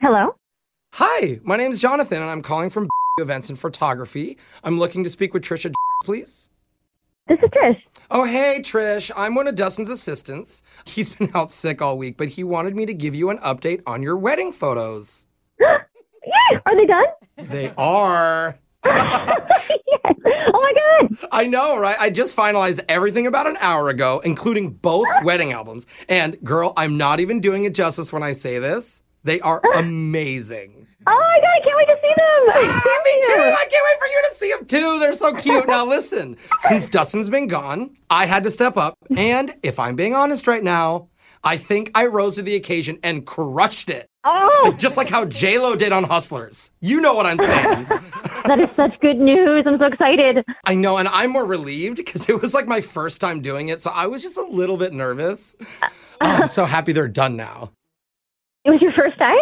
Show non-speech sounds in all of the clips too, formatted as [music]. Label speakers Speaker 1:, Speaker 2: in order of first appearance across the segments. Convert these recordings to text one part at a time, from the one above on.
Speaker 1: Hello.
Speaker 2: Hi, my name's Jonathan, and I'm calling from [laughs] Events and Photography. I'm looking to speak with Trisha, [laughs] please.
Speaker 1: This is Trish.
Speaker 2: Oh, hey, Trish. I'm one of Dustin's assistants. He's [laughs] been out sick all week, but he wanted me to give you an update on your wedding photos.
Speaker 1: Yay! Are they
Speaker 2: [laughs]
Speaker 1: done?
Speaker 2: They are.
Speaker 1: yes. Oh my god.
Speaker 2: I know, right? I just finalized everything about an hour ago, including both wedding albums. And, girl, I'm not even doing it justice when I say this. They are amazing.
Speaker 1: Oh my god, I can't wait to see them.
Speaker 2: Ah, me too. I can't wait for you to see them too. They're so cute. Now listen, since Dustin's been gone, I had to step up, and if I'm being honest right now, I think I rose to the occasion and crushed it,
Speaker 1: Oh,
Speaker 2: just like how J Lo did on Hustlers. You know what I'm saying?
Speaker 1: that is such good news. I'm so excited.
Speaker 2: I know, and I'm more relieved because it was like my first time doing it, so I was just a little bit nervous. Oh, I'm so happy they're done now.
Speaker 1: It was your first time?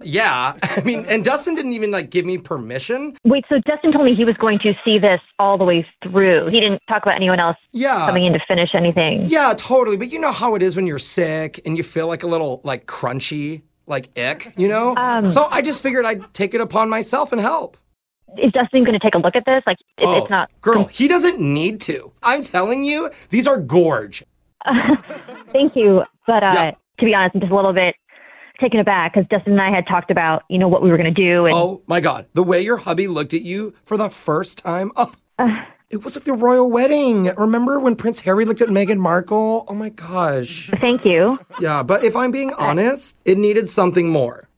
Speaker 2: Yeah, [laughs] I mean, and Dustin didn't even like give me permission.
Speaker 1: Wait, so Justin told me he was going to see this all the way through. He didn't talk about anyone else
Speaker 2: Yeah.
Speaker 1: coming in to finish anything.
Speaker 2: Yeah, totally. But you know how it is when you're sick and you feel like a little like crunchy, like ick, you know?
Speaker 1: Um,
Speaker 2: so I just figured I'd take it upon myself and help.
Speaker 1: Is Justin going to take a look at this? Like, it,
Speaker 2: Oh.
Speaker 1: it's not.
Speaker 2: girl, he doesn't need to. I'm telling you, these are gorge.
Speaker 1: Thank you, but uh,
Speaker 2: Yeah.
Speaker 1: to be honest, I'm just a little bit taken aback because Justin and I had talked about you know what we were going to do, and
Speaker 2: Oh my God. The way your hubby looked at you for the first time.
Speaker 1: [sighs]
Speaker 2: Oh, it was like the royal wedding. Remember when Prince Harry looked at Meghan Markle? Oh my gosh.
Speaker 1: thank you.
Speaker 2: Yeah, but if I'm being honest, it needed something more.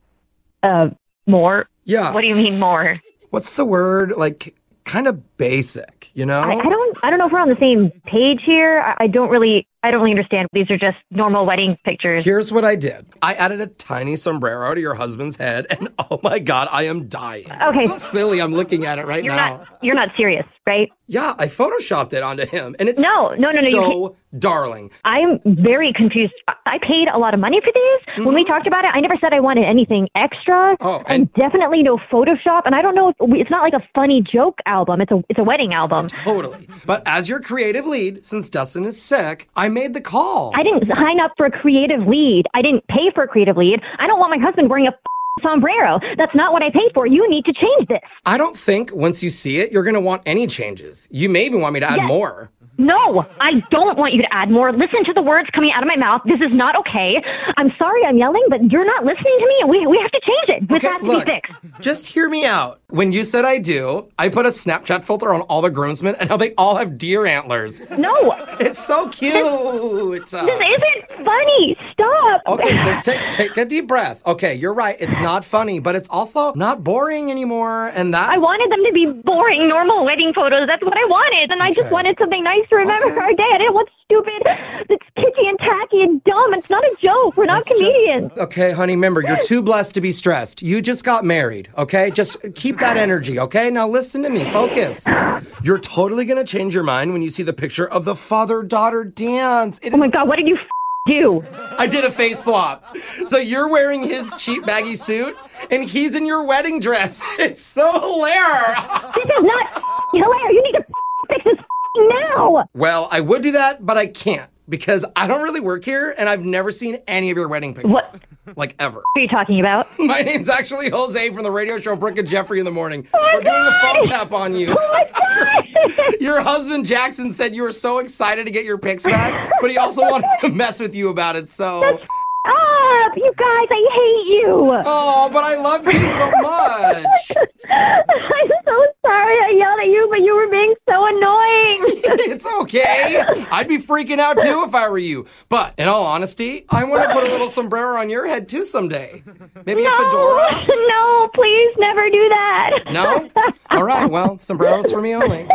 Speaker 1: Uh, more?
Speaker 2: Yeah.
Speaker 1: What do you mean more?
Speaker 2: What's the word? Like, kind of basic, you know?
Speaker 1: I, I don't. I don't know if we're on the same page here. I, I don't really. I don't really understand. These are just normal wedding pictures.
Speaker 2: Here's what I did. I added a tiny sombrero to your husband's head, and [laughs] oh my god, I am dying.
Speaker 1: Okay.
Speaker 2: It's so silly. I'm looking at it right
Speaker 1: You're
Speaker 2: now.
Speaker 1: not. You're not serious, right?
Speaker 2: Yeah, I photoshopped it onto him, and it's
Speaker 1: No, no, no, no, you
Speaker 2: so darling.
Speaker 1: I'm very confused. I- I paid a lot of money for these. When we talked about it, I never said I wanted anything extra,
Speaker 2: Mm-hmm. Oh,
Speaker 1: and, definitely no Photoshop. And I don't know. If we, it's not like a funny joke album. It's a. It's a wedding album.
Speaker 2: Totally. But as your creative lead, since Dustin is sick, I made the call.
Speaker 1: I didn't sign up for a creative lead. I didn't pay for a creative lead. I don't want my husband wearing a f***ing sombrero. That's not what I paid for. You need to change this.
Speaker 2: I don't think once you see it, you're going to want any changes. You may even want me to add more.
Speaker 1: No, I don't want you to add more. Listen to the words coming out of my mouth. This is not okay. I'm sorry I'm yelling, but you're not listening to me, and we, we have to change it. This has to
Speaker 2: look,
Speaker 1: be fixed.
Speaker 2: just hear me out. When you said I do, I put a Snapchat filter on all the groomsmen, and now they all have deer antlers.
Speaker 1: No,
Speaker 2: It's so cute.
Speaker 1: this isn't funny. Stop. [laughs]
Speaker 2: Okay, just take take a deep breath. Okay, you're right. It's not funny, but it's also not boring anymore. And that
Speaker 1: I wanted them to be boring, normal wedding photos. That's what I wanted. And I just
Speaker 2: Okay.
Speaker 1: wanted something nice to remember
Speaker 2: Okay.
Speaker 1: for our day. I didn't want stupid, it's kitschy and tacky and dumb. It's not a joke. We're not
Speaker 2: It's just-
Speaker 1: comedians.
Speaker 2: okay, honey, remember, you're too blessed to be stressed. You just got married, okay? Just keep that energy, okay? Now listen to me. Focus. You're totally gonna change your mind when you see the picture of the father-daughter dance. It
Speaker 1: Oh
Speaker 2: is-
Speaker 1: my God, what did you f- do?
Speaker 2: I did a face swap. So you're wearing his cheap baggy suit, and he's in your wedding dress. [laughs] It's so hilarious. [laughs]
Speaker 1: This is not f- hilarious. You need to f- fix this f- now.
Speaker 2: Well, I would do that, but I can't because I don't really work here and I've never seen any of your wedding pictures.
Speaker 1: What?
Speaker 2: Like ever. [laughs]
Speaker 1: What are you talking about?
Speaker 2: My name's actually Jose from the radio show Brooke and Jeffrey in the morning.
Speaker 1: Oh
Speaker 2: We're doing a phone tap on you. [laughs]
Speaker 1: my God!
Speaker 2: Your husband Jackson said you were so excited to get your pics back, but he also wanted to mess with you about it, so
Speaker 1: Up, you guys! I hate you. [laughs]
Speaker 2: Oh, but I love you so much.
Speaker 1: I'm so sorry I yelled at you, but you were being so annoying.
Speaker 2: It's okay. I'd be freaking out too if I were you. But in all honesty, I want to put a little sombrero on your head too someday. Maybe a fedora.
Speaker 1: No, [laughs] no, please never do that.
Speaker 2: No? All right, well, sombreros for me only.